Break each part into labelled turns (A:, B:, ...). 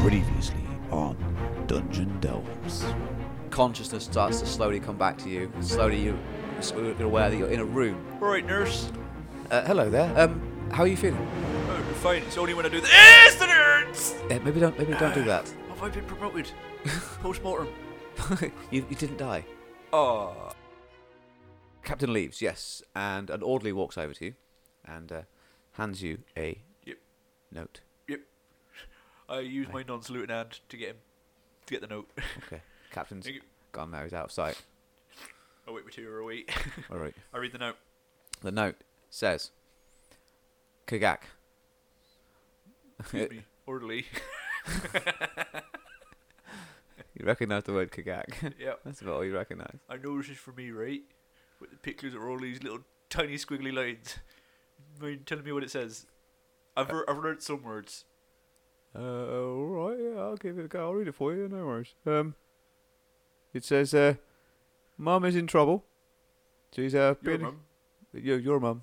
A: Previously on Dungeon Delves.
B: consciousness starts to slowly come back to you. Slowly, you- you're aware that you're in a room.
C: All right, nurse.
B: Uh, hello there. Um, how are you feeling?
C: Oh, fine. It's only when I do that. Yes, the nerds.
B: Uh, maybe don't, maybe don't do that.
C: Have I been promoted? Post mortem.
B: you, you didn't die.
C: Ah.
B: Captain leaves, yes, and an orderly walks over to you, and uh, hands you a
C: Yep.
B: note.
C: Yep. I use my non-saluting hand to get him, to get the note.
B: Okay, Captain's
C: Thank you.
B: gone now. He's out of sight.
C: I Oh, wait for two or a week.
B: All right.
C: I read the note.
B: The note says, "Kagak,
C: Excuse me, orderly.
B: you recognise the word Kagak?
C: yep.
B: That's about all you recognise.
C: I know this is for me, right? With the pictures of all these little tiny squiggly lines. Mind telling me what it says? I've re- I've learnt some words.
D: Uh, all right, yeah, I'll give it a go. I'll read it for you. No worries. Um, it says, uh, "Mum is in trouble. She's uh,
C: Your
D: been
C: mum.
D: Your, your mum.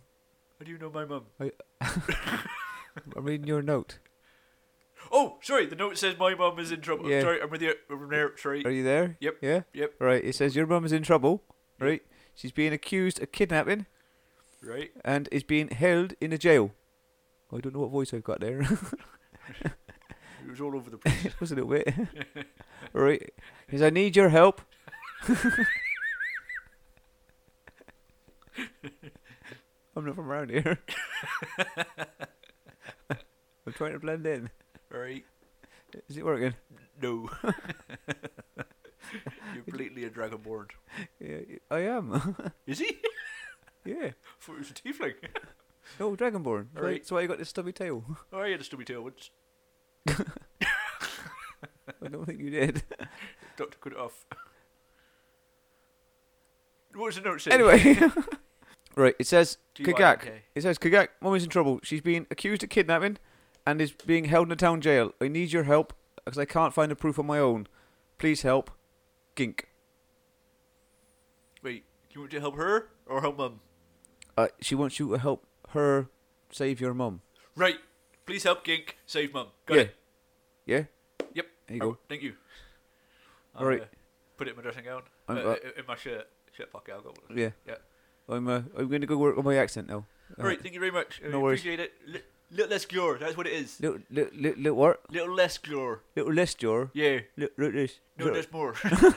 C: How do you know my mum?
B: I'm reading your note.
C: Oh, sorry. The note says my mum is in trouble.
D: Yeah.
C: Sorry, I'm with you. I'm there. Sorry.
D: Are you there?
C: Yep.
D: Yeah.
C: Yep.
D: Right. It says your mum is in trouble. Right. She's being accused of kidnapping
C: Right.
D: and is being held in a jail. I don't know what voice I've got there.
C: It was all over the place.
D: Just a little bit. all right. He says, "I need your help." I'm not from around here. I'm trying to blend in.
C: right.
D: Is it working?
C: No. You're completely a dragonborn.
D: Yeah, I am.
C: Is he?
D: yeah.
C: thought it was a tiefling.
D: No, Dragonborn. That's why-
C: Right.
D: That's why you got this stubby tail.
C: oh, I had a stubby tail once.
D: I don't think you did.
C: Doctor cut it off. What does the note say?
D: anyway. right. It says Kagak.
C: T-Y-N-K.
D: It says Kagak. Mum is in trouble. She's been accused of kidnapping and is being held in a town jail. I need your help because I can't find the proof on my own. Please help, Gink.
C: Wait, you want to help her or help mum?
D: Uh, she wants you to help her save your mum.
C: Right. Please help Gink save mum. Got
D: yeah.
C: it.
D: Yeah.
C: Yep.
D: There you go.
C: Oh, thank you. I'll,
D: Alright.
C: uh, put it in my dressing gown. Uh,
D: I'm, uh,
C: i- in my shirt. Shirt pocket. I'll go. with it.
D: Yeah.
C: Yeah.
D: I'm. Uh, I'm going to go work on my accent now. Uh,
C: Alright, thank you very much. I
D: no worries.
C: Appreciate it. Li- little less glore. That's what it is.
D: Little, little, little, little what?
C: Little less glore.
D: Little list, your.
C: Yeah.
D: Little, little this.
C: No, there's more.
D: Yeah.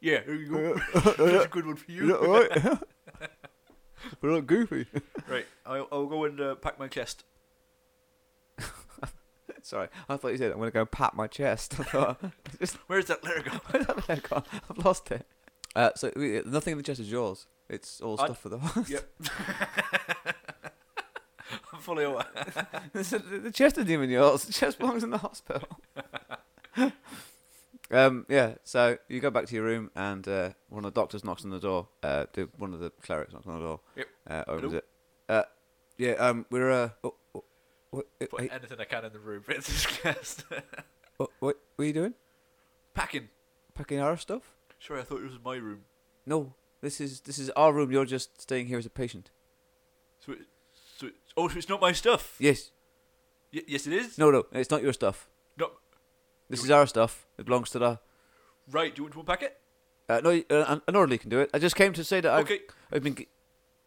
C: yeah, there you go. That's a good one for you.
D: right. We're not goofy.
C: Right, I'll, I'll go and uh, pack my chest.
D: Sorry, I thought you said I'm going to go and pat my chest. I thought
C: Where's that letter go?
D: I've got- I've lost it.
B: Uh, so uh, nothing in the chest is yours. It's all
C: I'd-
B: stuff for the host.
C: yep. I'm fully aware.
D: the the chest isn't even yours. The chest belongs in the hospital.
B: Um, yeah, so you go back to your room, and uh, one of the doctors knocks on the door. Uh, the, one of the clerics knocks on the door.
C: Yep.
B: Uh, opens
C: Hello?
B: it. Uh, yeah, um, we're. Uh, oh, oh, what, eh,
C: Put
B: hey,
C: anything I can in the room. It's this chest.
B: oh, what, what are you doing?
C: Packing.
B: Packing our stuff?
C: Sorry, I thought it was my room.
B: No, this is this is our room. You're just staying here as a patient.
C: So, it, so it, oh, so it's not my stuff.
B: Yes.
C: Y- yes, it is.
B: No, no, it's not your stuff.
C: No.
B: This
C: You-
B: is our stuff. It belongs to the.
C: Right, do you want to unpack it?
B: Uh, no, uh, an- an orderly can do it. I just came to say that I've,
C: okay.
B: I've been. G-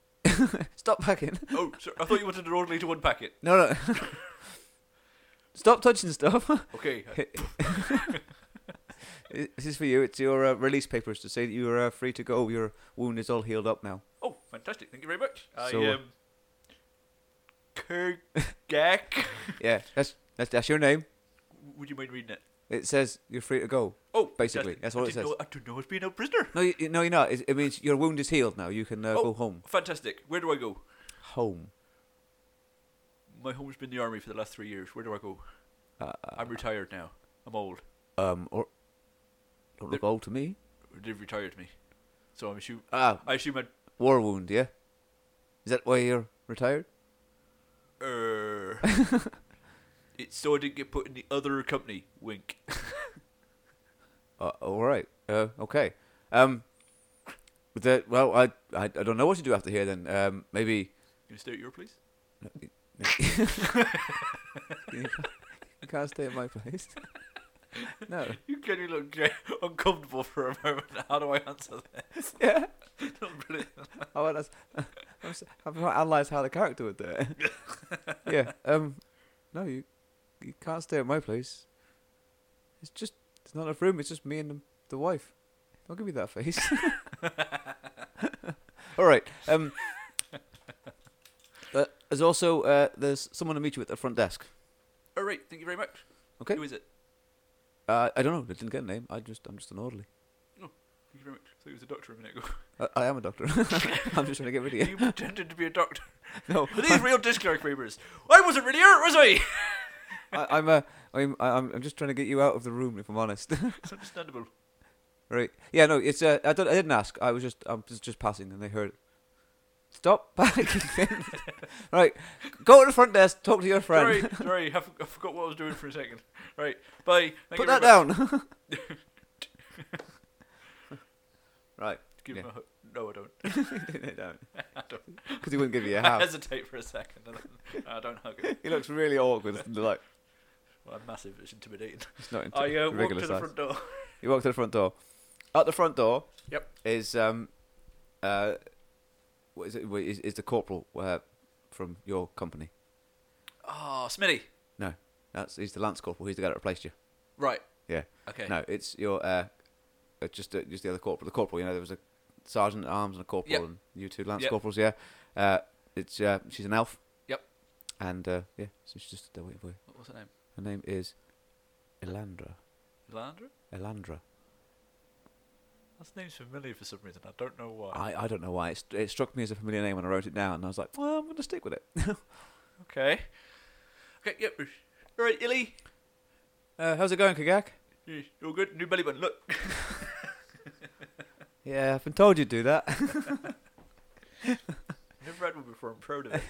B: Stop packing.
C: Oh, sorry, I thought you wanted an orderly to unpack it.
B: No, no. Stop touching stuff.
C: Okay. uh,
B: This is for you. It's your uh, release papers to say that you are uh, free to go. Your wound is all healed up now.
C: Oh, fantastic. Thank you very much.
B: So,
C: I
B: uh,
C: um Kagak.
B: Yeah, that's that's, that's your name.
C: Would you mind reading it?
B: It says you're free to go.
C: Oh,
B: Basically,
C: fantastic.
B: that's
C: I
B: all it
C: didn't
B: says.
C: Know, I don't know it's being a prisoner.
B: No, you, you- no, you're not. It, it means your wound is healed now. You can uh,
C: Oh.
B: go home.
C: Fantastic. Where do I go?
B: Home.
C: My home's been the army for the last three years. Where do I go?
B: Uh,
C: I'm retired now. I'm old.
B: um, or don't look old to me.
C: They've retired me, so I'm assume
B: Ah,
C: I assume I'd.
B: war wound. Yeah. Is that why you're retired?
C: Er, it's so I didn't get put in the other company. Wink.
B: Uh, all right. Uh, okay. Um, the, well, I, I I don't know what to do after here. Then um, maybe
C: Can you stay at your place?
B: Can you You can't stay at my place. no.
C: You can look j- uncomfortable for a moment. How do I answer this?
B: Yeah.
C: Brilliant.
B: I want us. I'm s- I'm trying to analyze how the character would do it. yeah. Um. No, you. You can't stay at my place. It's just. It's not enough room. It's just me and the, the wife. Don't give me that face. All right. Um. uh, there's also uh, there's someone to meet you at the front desk.
C: All Oh, right, thank you very much.
B: Okay.
C: Who is it?
B: Uh, I don't know. I didn't get a name. I just I'm just an orderly.
C: Thank you very much. So it was a doctor a minute ago.
B: I, I am a doctor. I'm just trying to get rid of you.
C: You pretended to be a doctor.
B: No,
C: Are these real disco creepers? I wasn't really hurt, was I?
B: I, I'm a I'm I'm I'm just trying to get you out of the room. If I'm honest.
C: It's understandable.
B: Right. Yeah. No. It's. Uh, I don't. I didn't ask. I was just. I'm just, just passing, and they heard. it. Stop panicking. Finn." right. Go to the front desk. Talk to your friend.
C: Sorry, sorry, I, f- I forgot what I was doing for a second. Right, bye. Thank you
B: Put
C: very
B: that
C: much.
B: down. right.
C: Give
B: Yeah.
C: him a hug. No, I don't.
B: Because he wouldn't give you a
C: I
B: house.
C: hesitate for a second. And then I don't hug him.
B: He looks really awkward. Like
C: Well, I'm massive. It's intimidating.
B: it's not into
C: I uh, walk
B: regular
C: to the
B: size.
C: front door.
B: You walk to the front door. At the front door.
C: Yep.
B: Is um, uh, what is it? Wait, Is, is the corporal uh, from your company?
C: Oh, Smitty.
B: No, that's he's the lance corporal. He's the guy that replaced you.
C: Right.
B: Yeah.
C: Okay.
B: No, it's your uh, uh, just uh, just the other corporal. The corporal, you know, there was a sergeant at arms and a corporal,
C: Yep.
B: and you two lance
C: Yep.
B: corporals. Yeah, uh, it's uh, she's an elf.
C: Yep.
B: And uh, yeah, so she's just there waiting for you.
C: What was her name?
B: Her name is Elandra.
C: Landra?
B: Elandra.
C: That name's familiar for some reason. I don't know why.
B: I, I don't know why it, st- it struck me as a familiar name when I wrote it down. And I was like, well, I'm going to stick with it.
C: Okay. Okay, yep. All right, Illy.
B: Uh, how's it going, Kagak?
C: Yeah, All good. New belly button. Look.
B: Yeah, I've been told you'd do that.
C: Never had one before. I'm proud of it.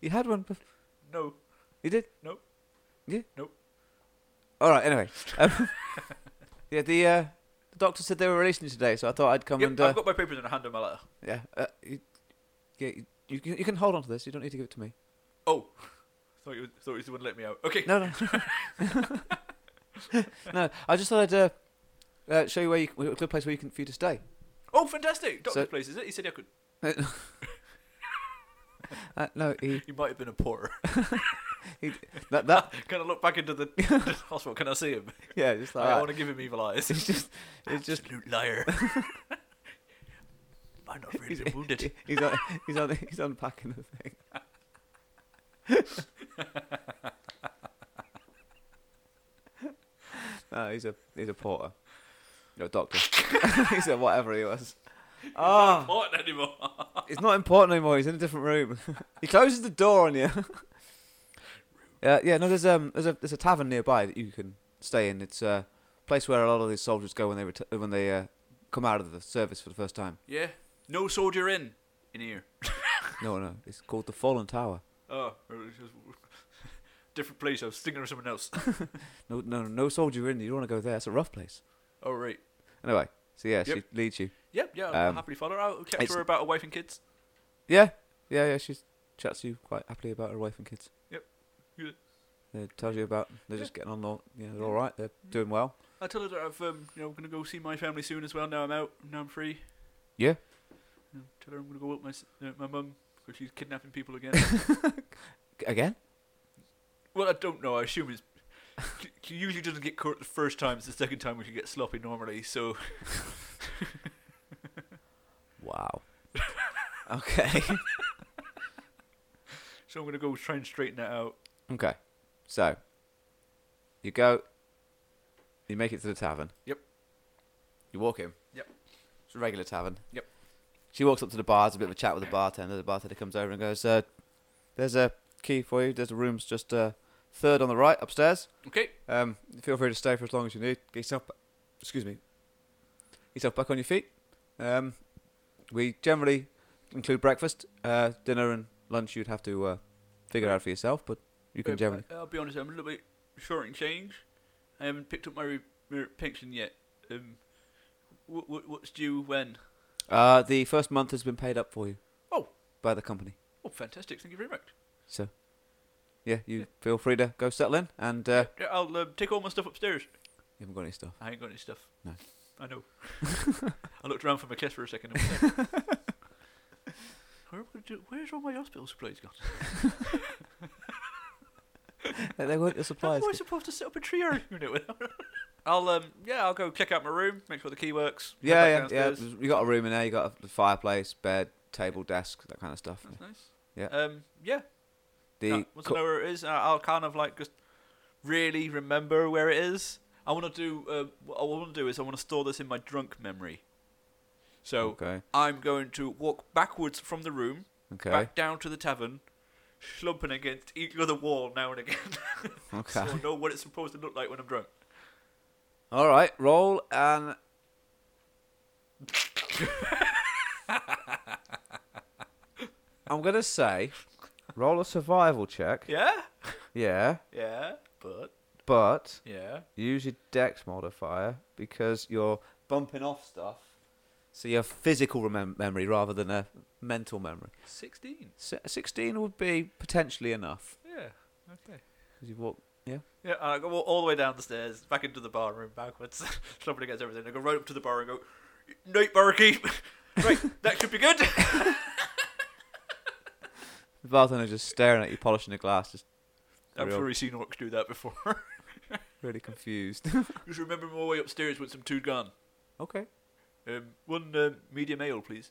B: you had one. Before.
C: No.
B: You did.
C: Nope.
B: Yeah.
C: Nope.
B: All right. Anyway. Um, yeah. The uh, the doctor said they were releasing you today, so I thought I'd come
C: Yep,
B: and. Uh,
C: I've got my papers in a hand on my letter.
B: Yeah. Uh, you, yeah. You, you can- you can hold on to this. You don't need to give it to me.
C: Oh. Thought you thought you wouldn't let me out. Okay.
B: No, no. no. I just thought I'd uh, uh, show you where you c- a good place where you can for you to stay.
C: Oh, fantastic! Doctor's
B: So-
C: place, is it? He said I could.
B: Uh, no. He,
C: He might have been a porter.
B: that that.
C: Can I look back into the, into the hospital? Can I see him?
B: Yeah. Just like
C: I
B: that.
C: want to give him evil eyes.
B: It's just. It's just.
C: Absolute liar. Might not really been wounded.
B: He's on, he's on, he's unpacking the thing. no, he's a he's a porter. No, doctor. he's a whatever he was. Ah,
C: Not anymore.
B: it's not important anymore. He's in a different room. he closes the door on you. Yeah, yeah. No, there's um, there's a there's a tavern nearby that you can stay in. It's a place where a lot of these soldiers go when they ret- when they uh, come out of the service for the first time.
C: Yeah. No soldier in. In here.
B: No, no, it's called the Fallen Tower.
C: Oh. it was just- Different place. I was thinking of someone else.
B: No, no, no soldier in. You don't want to go there. It's a rough place.
C: oh right.
B: Anyway, so yeah, she
C: Yep.
B: leads you.
C: Yep. Yeah. I'll
B: Um,
C: happily follow. her. I'll chat
B: it's-
C: to her about a wife and kids.
B: Yeah, yeah, yeah. She chats to you quite happily about her wife and kids.
C: Yep. Good.
B: Yeah, tells you about they're just getting on. all- You know, they're all right. They're doing well.
C: I tell her that I've um, you know I'm gonna go see my family soon as well. Now I'm out. Now I'm free.
B: Yeah.
C: And tell her I'm gonna go help my s- uh, my mum because she's kidnapping people again.
B: G- Again?
C: Well, I don't know. I assume it's. She usually doesn't get caught the first time. It's the second time where she gets sloppy normally. So
B: Wow. okay.
C: so I'm gonna go try and straighten that out.
B: Okay. So you go. You make it to the tavern.
C: Yep.
B: You walk in.
C: Yep.
B: It's a regular tavern.
C: Yep.
B: She walks up to the bar, has a bit of a chat with the bartender. The bartender comes over and goes, uh, "There's a key for you. There's the room's just uh, third on the right, upstairs.
C: Okay.
B: Um, feel free to stay for as long as you need. Get yourself, ba- excuse me, get yourself back on your feet. Um, we generally include breakfast, uh, dinner, and lunch. You'd have to uh, figure out for yourself, but you can
C: Um,
B: generally.
C: I- I'll be honest. I'm a little bit short in change. I haven't picked up my re- my pension yet. Um, what, what what's due when?
B: Uh, the first month has been paid up for you.
C: Oh.
B: by the company.
C: Oh, fantastic! Thank you very much.
B: So yeah, you feel free to go settle in, and uh,
C: Yeah, I'll um, take all my stuff upstairs.
B: you haven't got any stuff.
C: I ain't got any stuff.
B: No.
C: I know. I looked around for my chest for a second. And was like, Where am I gonna do, where's all my hospital supplies gone?
B: they they weren't your
C: How
B: supplies.
C: am I supposed to set up a trio unit with I'll um yeah, I'll go check out my room, make sure the key works. head
B: Yeah,
C: back
B: yeah,
C: downstairs.
B: yeah. Mm. You got a room in there. You got a fireplace, bed, table, desk, that kind of stuff.
C: That's nice.
B: Yeah.
C: Um yeah.
B: The
C: no, once
B: co-
C: I know where it is, I- I'll kind of like just really remember where it is. I want to do. Uh, what I want to do is I want to store this in my drunk memory. So
B: okay,
C: I'm going to walk backwards from the room,
B: okay,
C: back down to the tavern, slumping against each other wall now and again, so
B: okay.
C: I know what it's supposed to look like when I'm drunk.
B: All right, roll and I'm gonna say roll a survival check.
C: Yeah,
B: Yeah,
C: yeah, but
B: but
C: yeah,
B: use your dex modifier because you're bumping off stuff. So you have physical remem- memory rather than a mental memory.
C: sixteen.
B: Se- Sixteen would be potentially enough
C: Yeah, okay.
B: 'cause you've walked.
C: Yeah, and I go all- all the way down the stairs, back into the bar room, backwards, slumping against everything. I go right up to the bar and go, "Night, barkeep. right, that should be good."
B: Valton is just staring at you, polishing the glass, just
C: I'm
B: Real.
C: sure he's seen orcs do that before.
B: really confused.
C: Just remember my way upstairs with some two gone.
B: okay.
C: Um, one um, medium ale, please.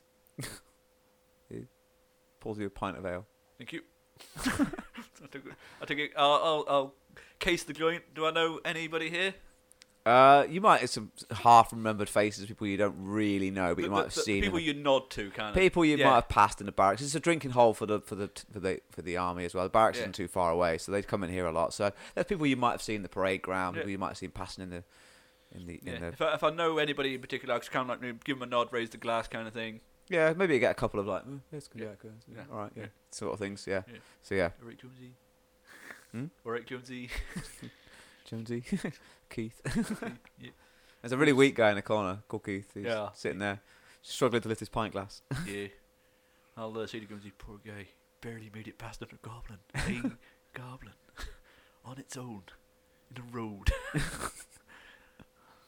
B: Pours you a pint of ale.
C: Thank you. I take it. I take it. I'll, I'll, I'll case the joint. Do I know anybody here?
B: Uh, you might have some half-remembered faces, people you don't really know, but you
C: The-
B: might
C: the-
B: have
C: the
B: seen.
C: people
B: them.
C: you nod to, kind of.
B: people you
C: yeah.
B: might have passed in the barracks. It's a drinking hole for the for the for the for the army as well. The barracks
C: Yeah.
B: isn't too far away, so they come in here a lot. So there's people you might have seen in the parade ground,
C: Yeah.
B: people you might have seen passing in the in the
C: Yeah.
B: in the
C: If, I, if I know anybody in particular, I just kind of like give them a nod, raise the glass, kind of thing.
B: yeah. Maybe you get a couple of like "Mm, yes,
C: Yeah.
B: yeah, good,
C: Yeah.
B: all right, yeah.
C: Yeah.
B: sort of things. Yeah.
C: Yeah.
B: So yeah,
C: All right, Jonesy.
B: Hmm?
C: All right, Jonesy.
B: Jonesy, Keith.
C: yeah.
B: There's a really weak guy in the corner called Keith. He's
C: Yeah.
B: sitting there struggling to lift his pint glass.
C: yeah. I'll uh, see the Jonesy. Poor guy. Barely made it past another goblin. A goblin. On its own. In a road.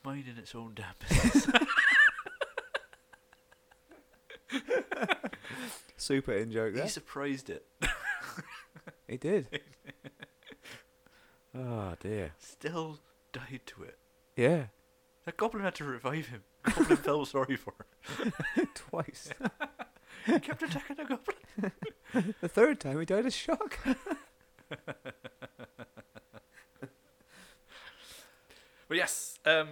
C: Minding its own damn business.
B: Super in joke there.
C: He surprised it.
B: He did. oh dear.
C: Still died to it.
B: Yeah.
C: That goblin had to revive him. Goblin felt sorry for him.
B: Twice.
C: He kept attacking the goblin.
B: the third time he died of shock.
C: But yes, um,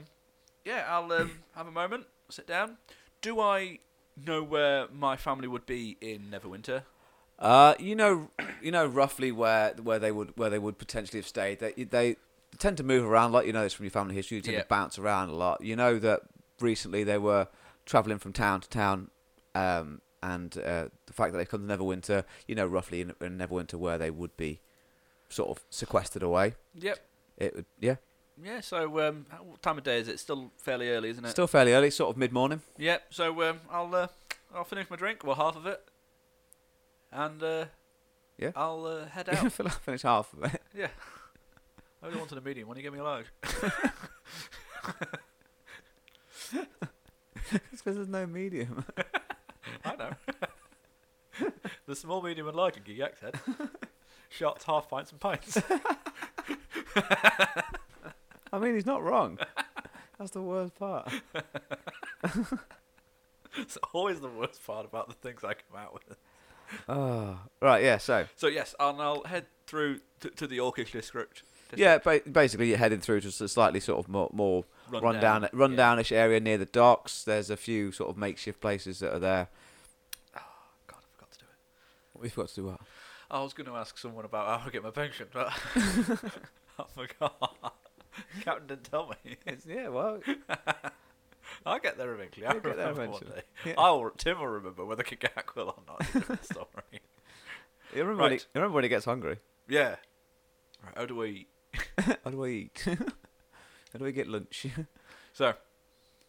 C: yeah, I'll um, have a moment, sit down. Do I know where my family would be in Neverwinter?
B: Uh, you know, you know roughly where where they would where they would potentially have stayed. They they tend to move around. Like you know this from your family history. You tend
C: Yeah.
B: to bounce around a lot. You know that recently they were traveling from town to town, um, and uh, the fact that they come to Neverwinter, you know roughly in, in Neverwinter where they would be sort of sequestered away.
C: Yep.
B: It would, yeah,
C: Yeah, so um, how- what time of day is it? It's still fairly early, isn't it?
B: still fairly early, sort of mid morning.
C: Yep, so um, I'll uh, I'll finish my drink, well, half of it. And uh,
B: Yeah.
C: I'll uh, head
B: I
C: out.
B: feel like I finished half of it.
C: yeah. I only wanted a medium one, you gave me a large.
B: It's because there's no medium.
C: I know. the small, medium, and large in Geek accent. Shots, half pints, and pints.
B: I mean, he's not wrong. That's the worst part.
C: it's always the worst part about the things I come out with.
B: Oh, right, yeah. So,
C: So yes, and I'll head through to, to the orcish district. Just
B: yeah, ba- basically you're heading through to a slightly sort of more, more
C: Run
B: rundown,
C: down, yeah.
B: rundownish area near the docks. There's a few sort of makeshift places that are there.
C: God, I forgot to do it.
B: We've got to do what?
C: I was going to ask someone about how I get my pension, but I forgot. Captain didn't tell me.
B: yeah, well,
C: I'll get there eventually.
B: You'll
C: I'll
B: get there
C: remember one
B: eventually.
C: day.
B: Yeah.
C: I'll Tim will remember whether I can get Aquil or not. It's a different story.
B: you remember, when he,
C: Right.
B: you remember when he gets hungry?
C: Yeah. Right, how do we?
B: How do I eat? How do I get lunch?
C: So,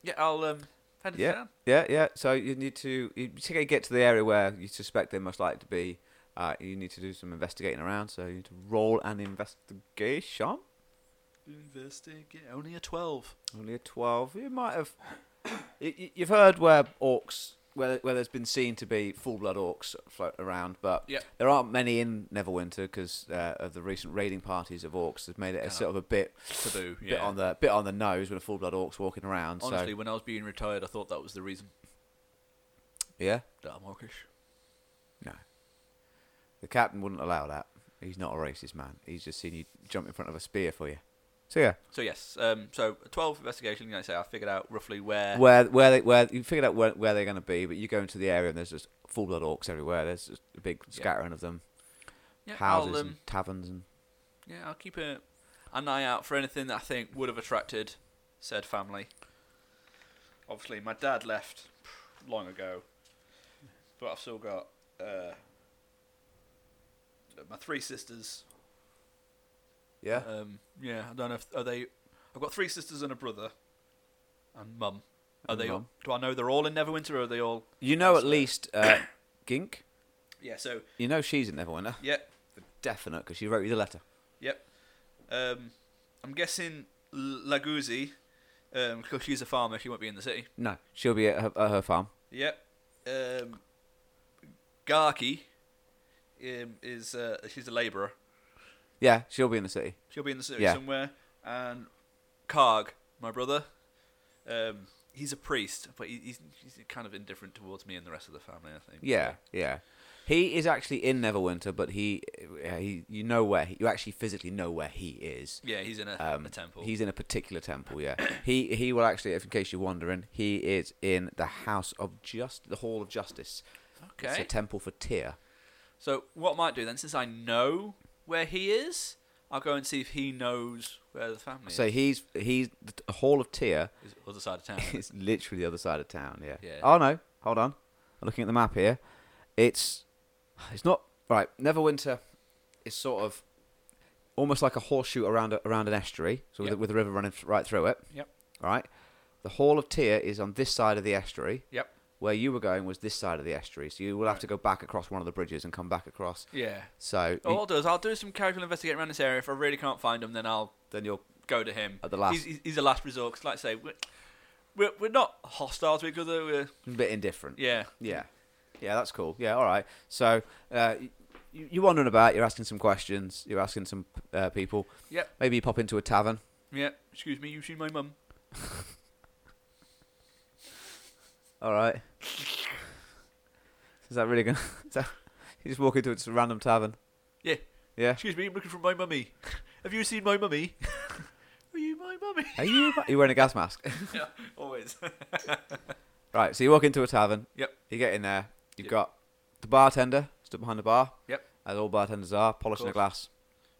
C: yeah, I'll um head
B: Yeah.
C: down.
B: yeah, yeah. So you need to you particularly get to the area where you suspect they most likely to be. Uh, you need to do some investigating around, so you need to roll an investigation.
C: Investigate. Only a 12.
B: Only a twelve. You might have. y- y- You've heard where orcs, where where there's been seen to be full blood orcs float around, but
C: Yep.
B: there aren't many in Neverwinter because uh, of the recent raiding parties of orcs. Has made it a
C: Kinda
B: sort of a bit
C: Taboo.
B: bit
C: Yeah.
B: on the bit on the nose when a full blood orc's walking around.
C: Honestly,
B: so
C: when I was being retired, I thought that was the reason
B: yeah,
C: that I'm orcish.
B: the captain wouldn't allow that. He's not a racist man. He's just seen you jump in front of a spear for you. So yeah,
C: So yes, um, so a 12 investigation. Like I say, I figured out roughly where.
B: where where they where you figured out where, where they're going to be, but you go into the area and there's just full blood orcs everywhere. There's just a big scattering of them,
C: yeah,
B: houses
C: I'll,
B: and
C: um,
B: taverns and
C: yeah, I'll keep a, an eye out for anything that I think would have attracted said family. Obviously, my dad left long ago, but I've still got uh, my three sisters.
B: yeah.
C: Um, yeah, I don't know if are they. I've got three sisters and a brother, and mum. Are
B: And
C: they?
B: mum.
C: Do I know they're all in Neverwinter? Or are they all?
B: You know at
C: That's fair.
B: least uh, Gink.
C: Yeah. So
B: You know she's in Neverwinter.
C: yeah,
B: Definite, because she wrote you the letter.
C: Yep. Um, I'm guessing L- Laguzzi, um, because she's a farmer, she won't be in the city.
B: No, she'll be at her, at her farm.
C: Yep. Um, Garki um, is uh, she's a labourer.
B: Yeah, she'll be in the city.
C: She'll be in the city
B: Yeah.
C: somewhere. And Karg, my brother, um, he's a priest, but he, he's, he's kind of indifferent towards me and the rest of the family. I think.
B: Yeah, yeah. He is actually in Neverwinter, but he, uh, he, you know where he, you actually physically know where he is.
C: Yeah, he's in a,
B: Um,
C: a temple.
B: He's in a particular temple. Yeah, he he will actually, if in case you're wondering, he is in the house of just the Hall of Justice. It's
C: Okay.
B: a temple for Tyr.
C: So what I might do then, since I know where he is, I'll go and see if he knows where the family
B: So
C: is.
B: he's he's the Hall of Tyr
C: is other side of town.
B: It's literally the other side of town. Yeah.
C: Yeah.
B: Oh no, hold on. I'm looking at the map here. It's it's not right. Neverwinter is sort of almost like a horseshoe around a, around an estuary, so with,
C: Yep.
B: a, with a river running right through it.
C: Yep.
B: All right. The Hall of Tyr is on this side of the estuary.
C: Yep.
B: Where you were going was this side of the estuary, so you will have
C: Right.
B: to go back across one of the bridges and come back across.
C: yeah.
B: So
C: All I'll do is I'll do some casual investigating around this area. If I really can't find him, then I'll
B: then you'll
C: go to him.
B: At the last-
C: he's, he's, he's a last resort. 'cause like I say, we're, we're, we're not hostile to each other. We're,
B: a bit indifferent.
C: yeah.
B: Yeah, yeah, that's cool. Yeah, all right. So uh, you, you're wandering about. You're asking some questions. You're asking some uh, people.
C: Yep.
B: Maybe you pop into a tavern.
C: Yeah. Excuse me. You've seen my mum.
B: All right. is that really gonna? Is that, you just walk into a just a random tavern.
C: Yeah.
B: Yeah.
C: Excuse me. I'm looking for my mummy. Have you seen my mummy? Are you my mummy?
B: Are you? Are you wearing a gas mask?
C: yeah, always.
B: right. So you walk into a tavern.
C: Yep.
B: You get in there. You've
C: Yep.
B: got the bartender stood behind the bar.
C: Yep.
B: As all bartenders are, polishing a
C: course.
B: glass.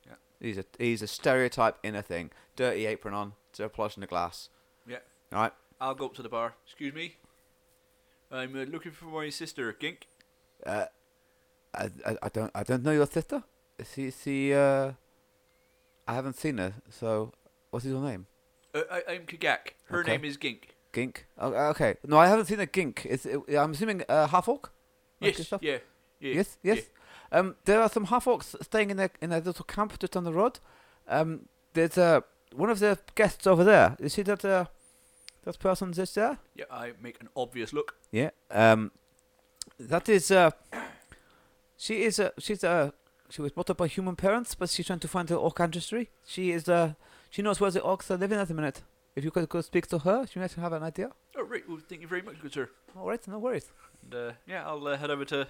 C: Yeah.
B: He's a he's a stereotype inner thing. Dirty apron on, so polishing a glass.
C: Yeah.
B: All right.
C: I'll go up to the bar. Excuse me. I'm uh, looking for my sister, Gink.
B: Uh, I, I, I don't I don't know your sister. She she uh, I haven't seen her. So what is your name?
C: Uh, I, I'm Kagak. Her
B: Okay.
C: name is Gink.
B: Gink. Oh, okay. No, I haven't seen a gink. It's, I'm assuming uh, half orc. Like
C: Yes.
B: yourself?
C: Yeah. Yeah.
B: Yes. Yes. Um, there are some half orcs staying in a in a little camp just on the road. Um, there's uh, one of the guests over there. You see that uh, that person just there?
C: Yeah, I make an obvious look.
B: Yeah. Um, that is. Uh, she is. Uh, she's. Uh, she was brought up by human parents, but she's trying to find her orc ancestry. She is. Uh, she knows where the orcs are living at the minute. If you could go speak to her, she might have an idea.
C: Oh, right. Well, thank you very much, good sir.
B: All right, no worries.
C: And uh, yeah, I'll uh, head over to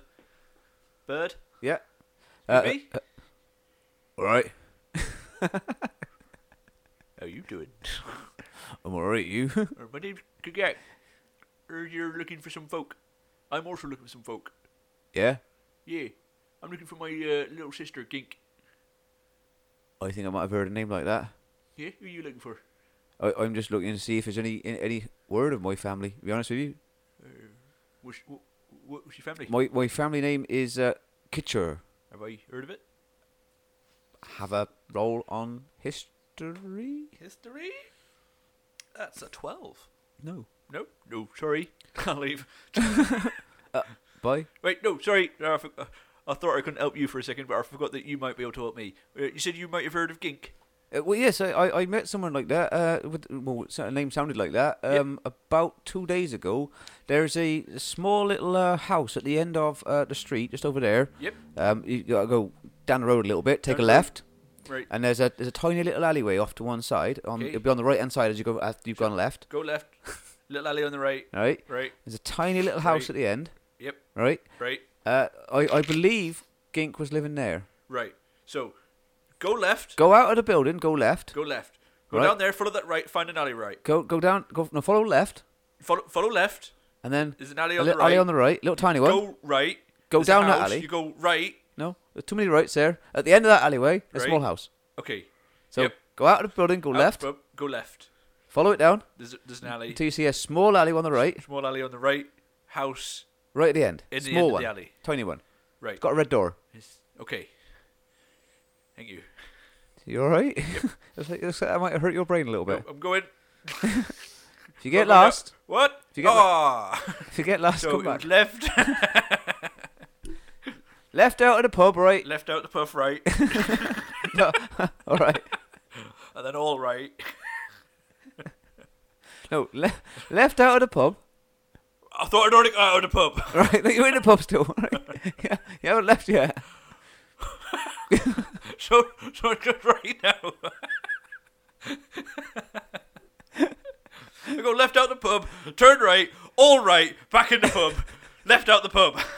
C: Bird.
B: Yeah.
C: Uh,
B: Uh,
C: me.
A: All right.
C: How you doing?
B: I'm alright. You.
C: Uh, My name's Kagak. Uh, You're looking for some folk. I'm also looking for some folk.
B: yeah.
C: Yeah. I'm looking for my uh, little sister, Gink.
B: I think I might have heard a name like that.
C: Yeah, who are you looking for?
B: I, I'm just looking to see if there's any any word of my family. To be honest with you,
C: Uh, what's, what, what was your family?
B: my my family name is uh, Kitcher.
C: Have I heard of it?
B: Have a roll on history?
C: History? That's a 12.
B: No.
C: No, no, sorry. I'll leave.
B: Bye.
C: Wait, no, sorry. No, I, for- uh, I I thought I couldn't help you for a second, but I forgot that you might be able to help me. Uh, You said you might have heard of Gink.
B: Uh, well, yes, I, I, I met someone like that. Uh, with, well, so- her name sounded like that.
C: Yep.
B: Um, about two days ago, there's a small little uh, house at the end of uh, the street, just over there.
C: Yep.
B: Um, you gotta go down the road a little bit, take
C: Down
B: a
C: the road.
B: left,
C: Right.
B: and there's a there's a tiny little alleyway off to one side. On
C: Okay.
B: it'll be on the right hand side as you go after you've gone left.
C: Go left. little alley on the right.
B: All right.
C: Right.
B: There's a tiny little house
C: Right.
B: at the end.
C: Yep.
B: all Right.
C: Right.
B: Uh, I I believe Gink was living there.
C: Right. So, go left.
B: Go out of the building. Go left.
C: Go left. Go
B: Right.
C: down there. Follow that right. Find an alley right.
B: Go go down. Go no follow left,
C: Follow. Follow left.
B: and then
C: There's an alley
B: a
C: on the
B: little
C: right.
B: alley on the right, little tiny one.
C: Go right.
B: Go
C: There's a
B: down that
C: house.
B: alley.
C: You go right.
B: No, there's too many rights there. At the end of that alleyway, a
C: Right.
B: small house.
C: Okay.
B: So
C: Yep.
B: go out of the building, go
C: Out,
B: left,
C: up, Go left.
B: follow it down
C: There's, there's an alley.
B: until you see a small alley on the right,
C: Small alley on the right. House
B: right at the end.
C: in the
B: small
C: end of
B: one,
C: the alley.
B: tiny one.
C: Right.
B: Got a red door.
C: Yes. Okay. Thank you.
B: You all right? It's like- it's like that might hurt your brain a little bit.
C: Nope, I'm going.
B: If you get
C: Oh, no.
B: lost,
C: What?
B: If you get
C: Ah.
B: if you get lost,
C: so uh,
B: come back.
C: it was left.
B: Left out of the pub, right?
C: left out the puff right.
B: all right.
C: and then all right.
B: No, le- left out of the pub.
C: I thought I'd already got out of the pub.
B: Right, no, you're in the pub still. Right? yeah, you haven't left yet.
C: So, so I go right now. I go left out the pub, turn right, all right, back in the pub, left out the pub.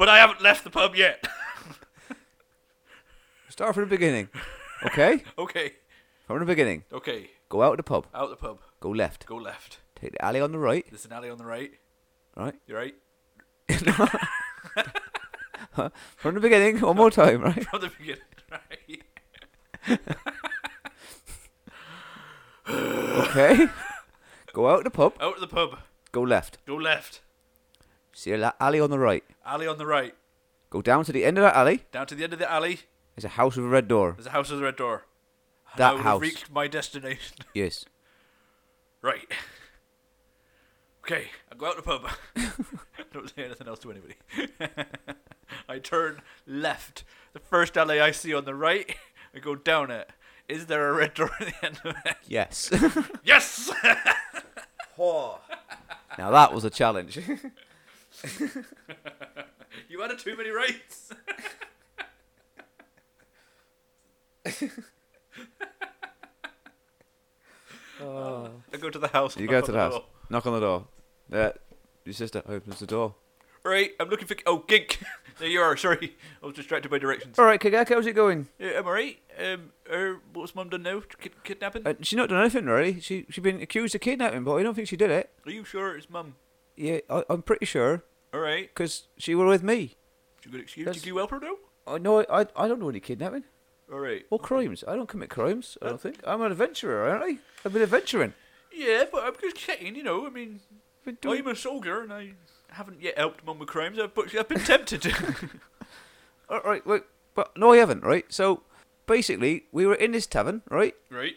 C: But I haven't left the pub yet.
B: Start from the beginning. Okay,
C: Okay,
B: from the beginning.
C: okay,
B: Go out of the pub.
C: out the pub,
B: Go left.
C: go left.
B: Take the alley on the right.
C: There's an alley on the right,
B: Right.
C: you right?
B: From the beginning, one more time, right?
C: From the beginning, right?
B: Okay. Go out the pub,
C: Out of the pub,
B: go left.
C: go left,
B: See that alley on the right.
C: alley on the right,
B: Go down to the end of that alley.
C: down to the end of the alley,
B: There's a house with a red door.
C: there's a house with a red door. And
B: That
C: I would
B: house.
C: have reached my destination.
B: Yes.
C: Right. Okay, I go out the pub. Don't say anything else to anybody. I turn left. The first alley I see on the right, I go down it. Is there a red door at the end of it?
B: Yes.
C: Yes!
B: now that was a challenge.
C: you added too many rights. I go to the house.
B: You
C: knock
B: go
C: on
B: to the house.
C: door.
B: Knock on the door. Yeah. Your sister opens the door.
C: Right, I'm looking for. Oh, Gink! there you are, sorry. I was distracted by directions.
B: All right, Kagak, how's it going?
C: Uh, am I right? Um, er, what's mum done now? Kid- kidnapping?
B: Uh, she's not done anything really. She she been accused of kidnapping, but I don't think she did it.
C: Are you sure it's mum?
B: Yeah, I, I'm pretty sure
C: Alright.
B: because she were with me.
C: You good excuse?
B: That's-
C: Did you help her though?
B: I know I, I I don't do any kidnapping
C: Alright.
B: or crimes. I don't commit crimes. I don't think. I'm an adventurer, aren't I? I've been adventuring.
C: Yeah, but I'm just checking, you know, I mean,
B: I've been doing-
C: I'm a soldier and I haven't yet helped mum with crimes, I've- but I've been tempted.
B: All right, wait, but no, I haven't. Right, so basically, we were in this tavern, right,
C: right.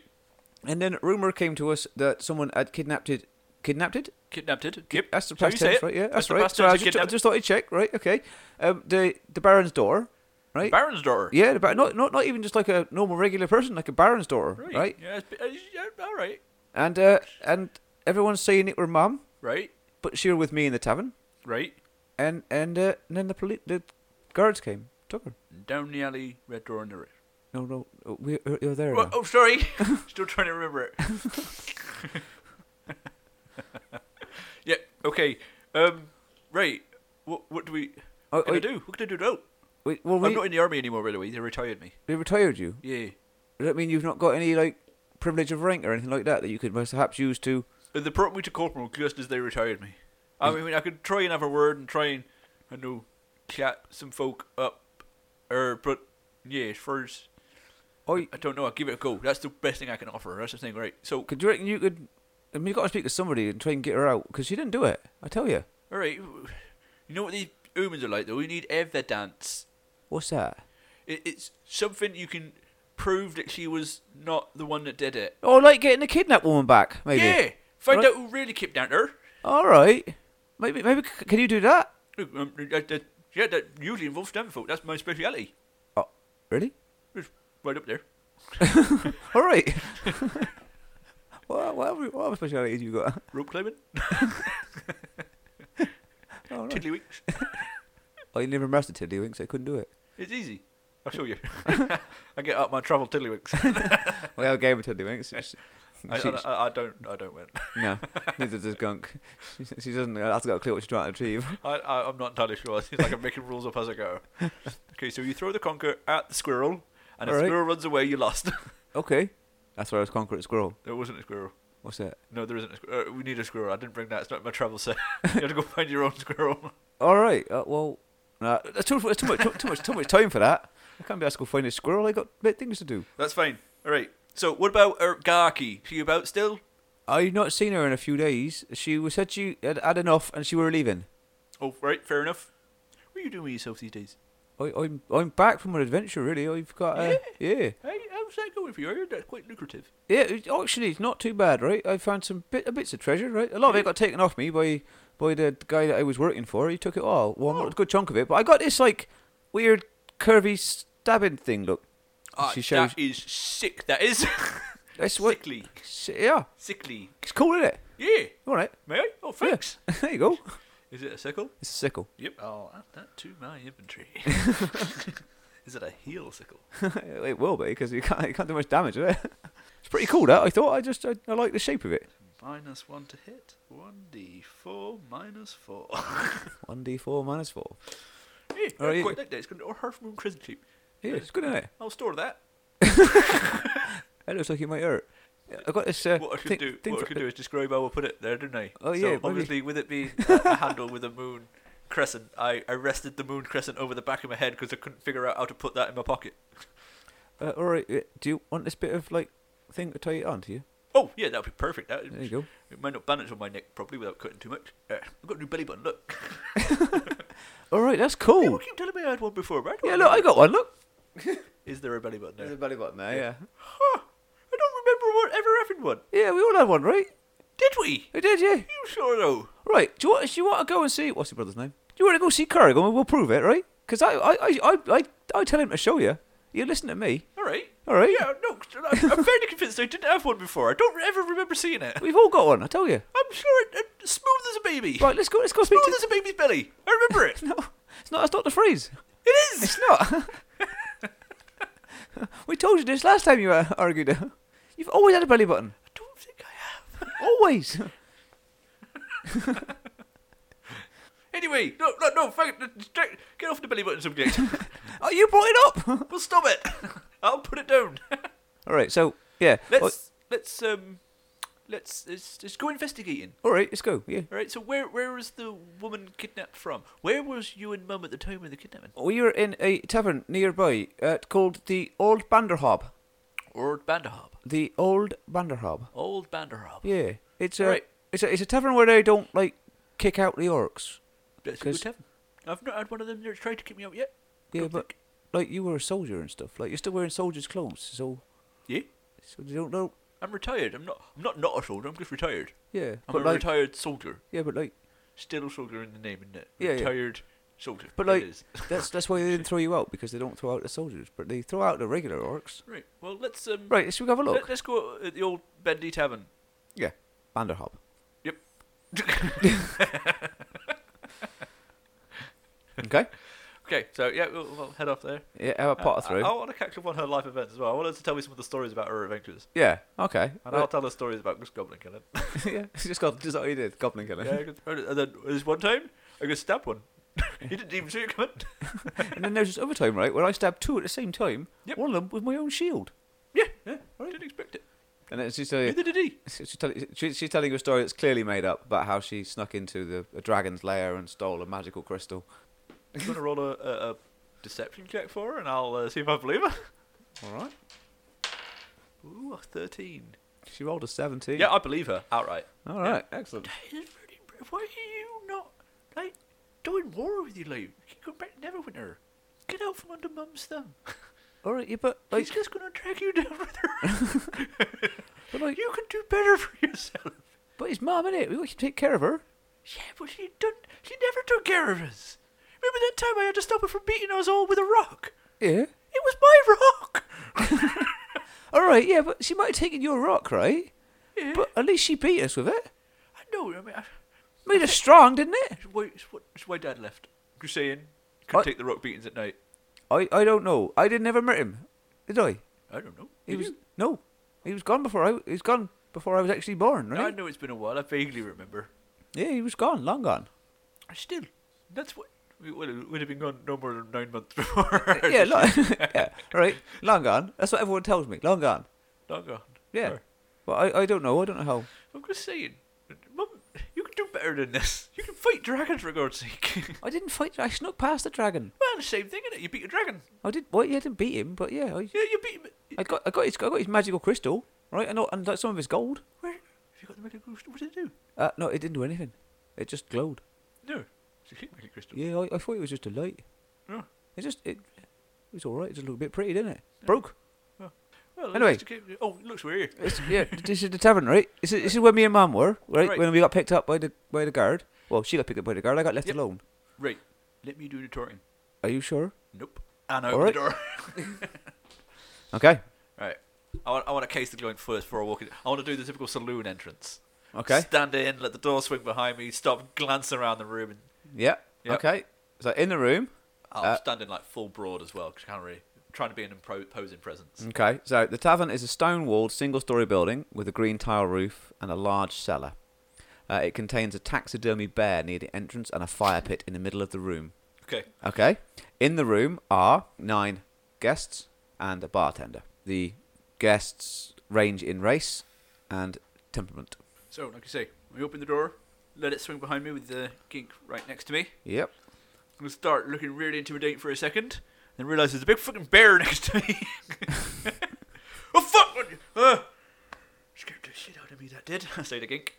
B: and then rumor came to us that someone had kidnapped it. Kidnapped it?
C: Kidnapped. Yep.
B: That's the
C: Shall
B: past
C: we say
B: tense,
C: it?
B: right? Yeah, that's,
C: the
B: right.
C: past
B: So I
C: tense of
B: just, I
C: kidnapped.
B: just thought I'd check. Right, okay. Um, the the Baron's daughter, right?
C: Baron's daughter.
B: yeah, the bar- not not not even just like a normal regular person, like a Baron's daughter, right?
C: Right. Yeah, it's, uh, yeah, all right.
B: And uh, and everyone's saying it were mum,
C: Right.
B: but she were with me in the tavern,
C: Right.
B: and and, uh, and then the police, the guards came, took her.
C: Down the alley, red door on the right.
B: No, no, uh, we uh, you're there.
C: Oh,
B: now.
C: oh, sorry. Still trying to remember it. yeah. Okay. Um. Right. What? What do we? What
B: Oh,
C: can I
B: wait,
C: do? What can I do now?
B: wait, well,
C: I'm
B: we,
C: not in the army anymore, by the way. They retired me.
B: they retired you.
C: Yeah.
B: Does that mean you've not got any like privilege of rank or anything like that that you could perhaps use to?
C: They brought me to corporal just as they retired me. I mean, I could try and have a word and try and, I know, chat some folk up. Er, but yeah, first
B: Oh,
C: I don't know. I'll give it a go. That's the best thing I can offer. That's the thing, right? So,
B: could you reckon you could? I mean, you got to speak to somebody and try and get her out because she didn't do it. I tell you.
C: all right. You know what these humans are like, though. We need evidence.
B: What's that?
C: It, it's something you can prove that she was not the one that did it.
B: Oh, like getting the kidnapped woman back, maybe.
C: Yeah, find
B: Right.
C: out who really kidnapped her.
B: All right. Maybe, maybe c- can you do that?
C: Look, um, I, I Yeah, that usually involves Denverfolk. That's my speciality.
B: Oh, Really?
C: Right up there.
B: All right. what, what, other- what other specialities you got?
C: Rope climbing,
B: Oh, right.
C: tiddlywinks.
B: I never mastered tiddlywinks. I couldn't do it.
C: It's easy. I'll show you. I get up my travel tiddlywinks.
B: We have a game of tiddlywinks. It's-
C: I,
B: she-
C: I, I, I don't. I don't win.
B: no, neither does Gunk. She, she doesn't. That's got a clue what she's trying to achieve.
C: I, I, I'm not entirely sure. It's like I'm making rules up as I go. Okay, so you throw the conker at the squirrel,
B: All
C: and if the
B: right.
C: squirrel runs away, you lost.
B: Okay, that's where I was conquering a squirrel.
C: there wasn't a squirrel.
B: What's that?
C: No, there isn't a squirrel. Uh, we need a squirrel. I didn't bring that. It's not in my travel set. you have to go find your own squirrel.
B: All right. Uh, well, nah, that's too, that's too much, too, too much, too much time for that. I can't be asked to go find a squirrel. I got big things to do.
C: That's fine. All right. So what about Ergaki? She about still?
B: I've not seen her in a few days. She was said she had had enough and she were leaving.
C: Oh, right. Fair enough. What are you doing with yourself these days?
B: I, I'm I'm back from an adventure. Really, I've got uh, yeah.
C: Hey, how's that going for you? I heard that's quite lucrative.
B: Yeah, it, actually, it's not too bad, right? I found some bit, bits of treasure, right? A lot of it got taken off me by by the guy that I was working for. He took it all. Well, not a good chunk of it, but I got this like weird curvy stabbing thing. Look,
C: Ah,
B: She shows-
C: That is sick. That is
B: that's what.
C: sickly.
B: s- Yeah,
C: Sickly.
B: it's cool, isn't it?
C: Yeah.
B: All right,
C: May I? Oh,
B: Yeah.
C: thanks.
B: there you go.
C: Is it a sickle?
B: It's a sickle.
C: Yep, I'll Oh, add that to my inventory. Is it a heel sickle?
B: it will be because you can't you can't do much damage with it. It's pretty cool. That I thought. I just I, I like the shape of it.
C: Minus one to hit. One d four minus four.
B: One d four minus four.
C: yeah,
B: Oh,
C: I
B: yeah.
C: quite like that. It's going to or half moon crescent shape.
B: Yeah, it's good, isn't it?
C: I'll store that.
B: It looks like it might hurt. I got this. Uh,
C: what I should
B: thing-
C: do,
B: thing
C: what I
B: for-
C: could do, is describe how I put it there, didn't I?
B: Oh,
C: so
B: yeah, maybe.
C: obviously with it being a, a handle with a moon crescent, I, I rested the moon crescent over the back of my head because I couldn't figure out how to put that in my pocket.
B: Uh, all right. uh, Do you want this bit of like thing to tie it onto you?
C: Oh yeah, that would be perfect. That
B: There you go.
C: it might not balance on my neck probably without cutting too much. Uh, I've got a new belly button. Look,
B: All right. That's
C: people
B: cool.
C: keep telling me I had one before. But I don't
B: Yeah.
C: remember.
B: Look, I got one. Look.
C: Is there a belly button there?
B: belly button there.
C: yeah. Huh, I don't remember what, ever having one.
B: Yeah. we all had one, right?
C: Did we?
B: We did. Yeah.
C: You sure though?
B: Right. Do you want? Do you want to go and see? What's your brother's name? Do you want to go see Corrigan? and We'll prove it, right? Because I, I, I, I, I, I tell him to show you. You listen to me.
C: All right.
B: All right.
C: Yeah, no, 'cause I'm, I'm fairly convinced I didn't have one before. I don't ever remember seeing it.
B: We've all got one. I tell you.
C: I'm sure it, it smooth as a baby.
B: Right. Let's go. Let's go speak
C: Smooth
B: to.
C: as a baby's belly. I remember it.
B: No. It's not. That's not the phrase.
C: It is.
B: It's not. we told you this last time you uh, argued. You've always had a belly button.
C: I don't think I have.
B: Always.
C: Anyway, no, no, no. Fuck, it, distract- get off the belly button subject.
B: Oh, you brought it up.
C: we'll stop it. I'll put it down.
B: All right, so yeah,
C: Let's
B: Well,
C: let's um let's let's, let's go investigating.
B: all right, let's go. Yeah,
C: All right. So where where was the woman kidnapped from? Where was you and Mum at the time of the kidnapping?
B: we were in a tavern nearby uh, called the Old Banderhob.
C: Old Banderhub.
B: The Old Banderhob.
C: Old Banderhub.
B: Yeah, it's a
C: Right.
B: it's a it's a tavern where they don't like kick out the orcs.
C: That's a good
B: 'Cause-
C: tavern. I've not had one of them that's tried to kick me out yet.
B: Yeah,
C: Don't
B: but
C: think.
B: like you were a soldier and stuff. Like you're still wearing soldiers' clothes, so
C: Yeah.
B: so they don't know.
C: I'm retired. I'm not I'm not not a soldier, I'm just retired.
B: Yeah,
C: I'm
B: but
C: a
B: like
C: retired soldier.
B: yeah, but like
C: Still a soldier in the name, isn't it?
B: Yeah, yeah.
C: Retired soldier.
B: But,
C: It
B: like-
C: is.
B: that's that's why they didn't throw you out because they don't throw out the soldiers, but they throw out the regular orcs.
C: Right. Well let's um
B: Right, should we have a
C: Let,
B: look?
C: us go at the old Bendy Tavern.
B: Yeah, Banderhob.
C: Yep.
B: okay.
C: Okay, so yeah, we'll, we'll head off there.
B: Yeah, have a
C: Uh,
B: potter through.
C: I, I want to catch up on her life events as well. I want her to tell me some of the stories about her adventures.
B: Yeah. Okay.
C: And I'll tell her stories about Gus Goblin Killing.
B: yeah. Just got just what he did. Goblin killer.
C: yeah, and then there's one time I got stabbed one. he didn't even see it coming.
B: And then there's this other time, right, where I stabbed two at the same time.
C: Yep.
B: One of them with my own shield.
C: Yeah, yeah. I didn't expect it.
B: And then she's uh,
C: Neither did he.
B: she's, telling, she, she's telling you a story that's clearly made up about how she snuck into the a dragon's lair and stole a magical crystal.
C: I'm gonna roll a, a, a deception check for her, and I'll uh, see if I believe her.
B: All right.
C: Ooh, a thirteen.
B: She rolled a seventeen.
C: Yeah, I believe her outright.
B: All right. Excellent.
C: That is pretty. br- Why are you not like doing more with your life? You go back to Neverwinter. Get out from under Mum's thumb.
B: All right. Yeah, but
C: He's
B: like,
C: just gonna drag you down with her.
B: but like,
C: you could do better for yourself.
B: but it's mum, innit? We got to take care of her.
C: Yeah, but she don't. She never took care of us. Remember that time I had to stop her from beating us all with a rock?
B: Yeah.
C: It was my rock.
B: All right. Yeah, but she might have taken your rock, right? But at least she beat us with it.
C: I know. I mean, I,
B: Made us strong, didn't it?
C: it's, why, it's, what, it's why Dad left. Just saying. Could
B: I-
C: take the rock beatings at night.
B: I I don't know. I didn't ever meet him, did I?
C: I don't know.
B: He
C: Did
B: was
C: you?
B: no. He was gone before I. He was gone before I was actually born,
C: I
B: right?
C: know it's been a while. I vaguely remember.
B: Yeah, he was gone, long gone.
C: I still. That's what. We would would have been gone no more than nine months before.
B: yeah, lo- yeah, right, long gone. That's what everyone tells me. Long gone.
C: Not gone.
B: Yeah,
C: Sure.
B: but I, I don't know. I don't know how.
C: I'm just saying. Mum, you can do better than this. You can fight dragons for God's sake.
B: I didn't fight. I snuck past the dragon.
C: well, the same thing, innit? You beat a dragon.
B: I did. Well, yeah, I didn't beat him, but yeah, I,
C: Yeah, you beat him.
B: I got I got his I got his magical crystal, right? And all- and like some of his gold.
C: Where? Have you got the magic crystal? What did it do?
B: Uh, no, it didn't do anything. It just glowed.
C: No. It's a cute magic crystal.
B: Yeah, I, I thought it was just a light.
C: Yeah.
B: It just it, it was all right. It just looked a bit pretty, didn't it? Broke.
C: Well, it's
B: Anyway.
C: just a cute- oh, it looks weird.
B: It's, yeah, this is the tavern, right? This is, this is where me and Mum were, right?
C: Right.
B: When we got picked up by the by the guard. Well, she got picked up by the guard. I got left
C: Yep.
B: alone.
C: Right. Let me do the talking.
B: Are you sure?
C: Nope. And I open
B: Alright.
C: the door.
B: Okay.
C: right. I want, I want to case the joint first before I walk in. I want to do the typical saloon entrance.
B: Okay.
C: Stand in, let the door swing behind me, stop, glance around the room, and
B: Yeah.
C: Yep.
B: Okay. So in the room.
C: I'll
B: Uh,
C: stand in like full broad as well because I can't really trying to be an imposing presence.
B: Okay. So the tavern is a stone-walled single-story building with a green tile roof and a large cellar. Uh, it contains a taxidermy bear near the entrance and a fire pit in the middle of the room.
C: Okay.
B: Okay. In the room are nine guests and a bartender. The guests range in race and temperament.
C: So, like I say, we open the door, let it swing behind me with the gink right next to me.
B: Yep.
C: I'm gonna start looking really intimidating for a second, then realize there's a big fucking bear next to me. oh fuck! What? Uh, scared the shit out of me. That did. I say the gink.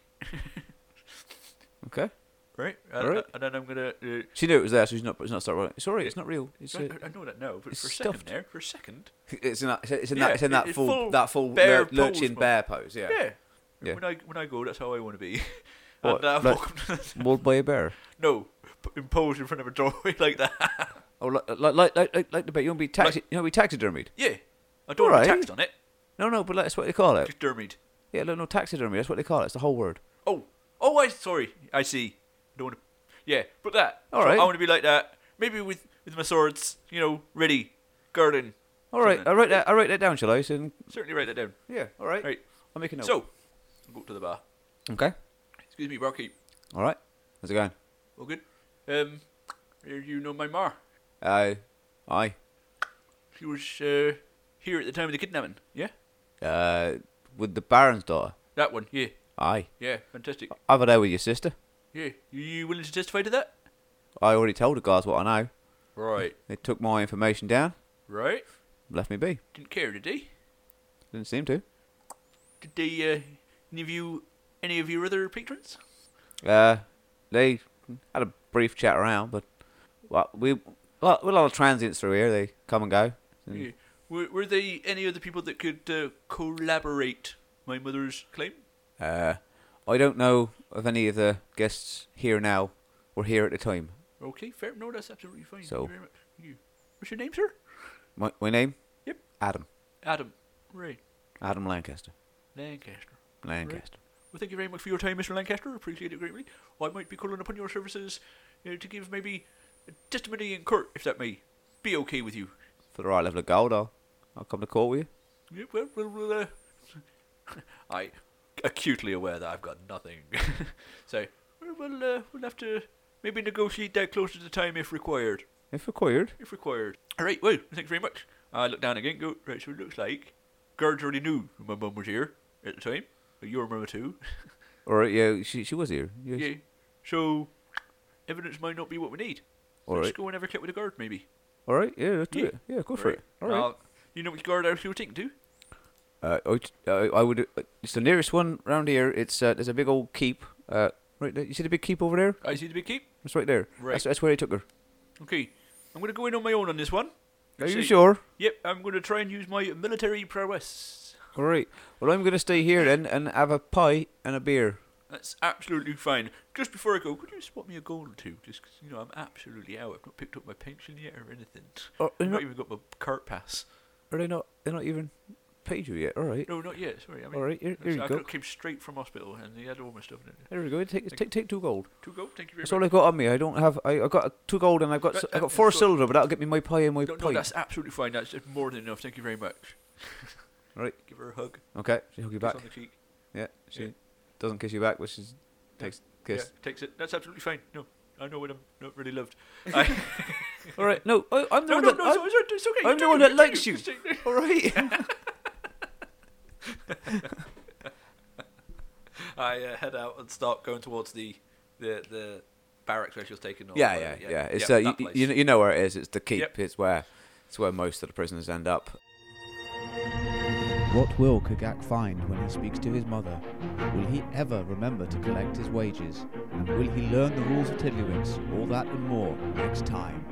B: Okay.
C: Right.
B: Alright.
C: uh, And then I'm gonna. Uh,
B: She knew it was there, so she's not. It's not starting. It's alright. It's not real. It's
C: I,
B: uh,
C: I know that now, but
B: it's
C: for a
B: stuffed.
C: second there, for a second.
B: it's in that. It's in
C: Yeah,
B: that. It's in
C: it-
B: that
C: it's
B: full,
C: full
B: That full
C: bear
B: lur-
C: pose,
B: lurching
C: man.
B: bear pose. Yeah.
C: Yeah.
B: Yeah.
C: When I when I go, that's how I want to be.
B: What,
C: and uh,
B: like-
C: welcome to the,
B: Mauled by a bear.
C: no, p- imposed in front of a doorway like that.
B: Oh, like like like like, like the bear. You want to be taxi? you want to be taxidermied?
C: Yeah. I don't want to be
B: Alright.
C: taxed on it.
B: No, no. But like, that's what they call it.
C: Just dermied.
B: Yeah. No, no. Taxidermy. That's what they call it. It's the whole word.
C: Oh, oh, I sorry. I see. I don't want to. Yeah, but that.
B: All
C: So
B: right.
C: I want to be like that. Maybe with with my swords, you know, ready, guarding.
B: All right.
C: Something.
B: I write that. I write that down, shall I? So
C: Certainly write that down.
B: yeah. All right.
C: Right.
B: I'll make a note.
C: So, I'll go up to the bar.
B: okay.
C: Excuse me, barkeep.
B: All right. How's it going?
C: All good. Um, here you know my ma.
B: Uh, I.
C: She was uh, here at the time of the kidnapping. Yeah,
B: Uh, with the Baron's daughter.
C: that one. Yeah,
B: I.
C: yeah, fantastic.
B: Over there with your sister.
C: Yeah, you, you willing to testify to that?
B: I already told the guys what I know.
C: Right,
B: They took my information down,
C: right.
B: left me be.
C: Didn't care, did they?
B: Didn't seem to.
C: Did they? Uh, any of you? Any of your other patrons?
B: Uh, they had a brief chat around, but well, we well, we're a lot of transients through here. They come and go.
C: Yeah. Were, were they any other people that could uh, collaborate my mother's claim?
B: Uh, I don't know if any of the guests here now were here at the time.
C: Okay, fair. No, that's absolutely fine. Thank
B: So-
C: you very much. Thank you. What's your name, sir?
B: My, my name?
C: Yep.
B: Adam.
C: Adam. Right.
B: Adam Lancaster.
C: Lancaster.
B: Lancaster.
C: Well, thank you very much for your time, Mr. Lancaster. Appreciate it greatly. I might be calling upon your services uh, to give maybe a testimony in court, if that may be okay with you.
B: For the right level of gold, I'll, I'll come to court with you.
C: Yeah, well, well, well, uh, I acutely aware that I've got nothing. so, well, we'll, uh, we'll have to maybe negotiate that closer to the time if required.
B: If required.
C: If required. All right, well, thanks very much. I look down again. Go, right, so it looks like guards already knew my mum was here at the time. but Your mum too.
B: Or, yeah, she, she was here. Yes.
C: yeah. So, evidence might not be what we need.
B: All
C: Let's
B: right.
C: go and have a chat with the guard, maybe.
B: All right, yeah, let's do
C: Yeah.
B: it. Yeah, go for it. All right.
C: I'll- you know which guard I was shooting to?
B: Uh, I, would- uh, I would. uh, It's the nearest one round here. It's uh, there's a big old keep. Uh, right there. You see the big keep over there?
C: I see the big keep.
B: It's right there.
C: Right.
B: That's, that's where they took her.
C: Okay. I'm going to go in on my own on this one.
B: Are you
C: See-
B: sure?
C: Yep, I'm going to try and use my military prowess.
B: All right. Well, I'm gonna stay here then and have a pie and a beer.
C: That's absolutely fine. Just before I go, could you spot me a goal or two? Just 'cause, you know, I'm absolutely out. I've not picked up my pension yet or anything.
B: Oh,
C: I've
B: they're
C: not
B: not,
C: even got my cart pass.
B: are they not? They're not even paid you yet. All right.
C: No, not yet. Sorry. I mean,
B: All right. Here, here
C: so
B: you
C: I
B: go.
C: got- came straight from hospital and they had all my stuff in it.
B: Here we go. Take, take, take two gold.
C: Two gold. Thank you very
B: That's
C: much.
B: all I've got on me. I don't have. I, I got two gold and I've got. s-
C: That-
B: I
C: that-
B: got four
C: so-
B: silver, but that'll get me my pie and my
C: No,
B: pint.
C: no, that's absolutely fine. That's just more than enough. Thank you very much.
B: Right.
C: Give her a hug.
B: Okay, she'll give you
C: kiss
B: back.
C: on the cheek.
B: Yeah, she
C: Yeah.
B: doesn't kiss you back, which is
C: Yeah.
B: takes kiss.
C: Yeah, takes it. That's absolutely fine. No, I know when I'm not really loved. I,
B: All right, no, I, I'm the
C: no,
B: one
C: no,
B: that
C: no,
B: I'm-
C: it's, it's- it's okay.
B: I'm
C: you
B: the
C: do
B: one
C: you,
B: that
C: do
B: likes you.
C: Just take it.
B: All right.
C: I uh, head out and start going towards the the, the barracks where she was taken. Or
B: yeah, yeah,
C: whatever.
B: yeah, It's uh,
C: yeah, that
B: you,
C: place.
B: you, kn- you know where it is. It's the keep.
C: Yep.
B: It's where it's where most of the prisoners end up.
E: What will Kagak find when he speaks to his mother? Will he ever remember to collect his wages? And will he learn the rules of Tiddlywinks? All that and more next time.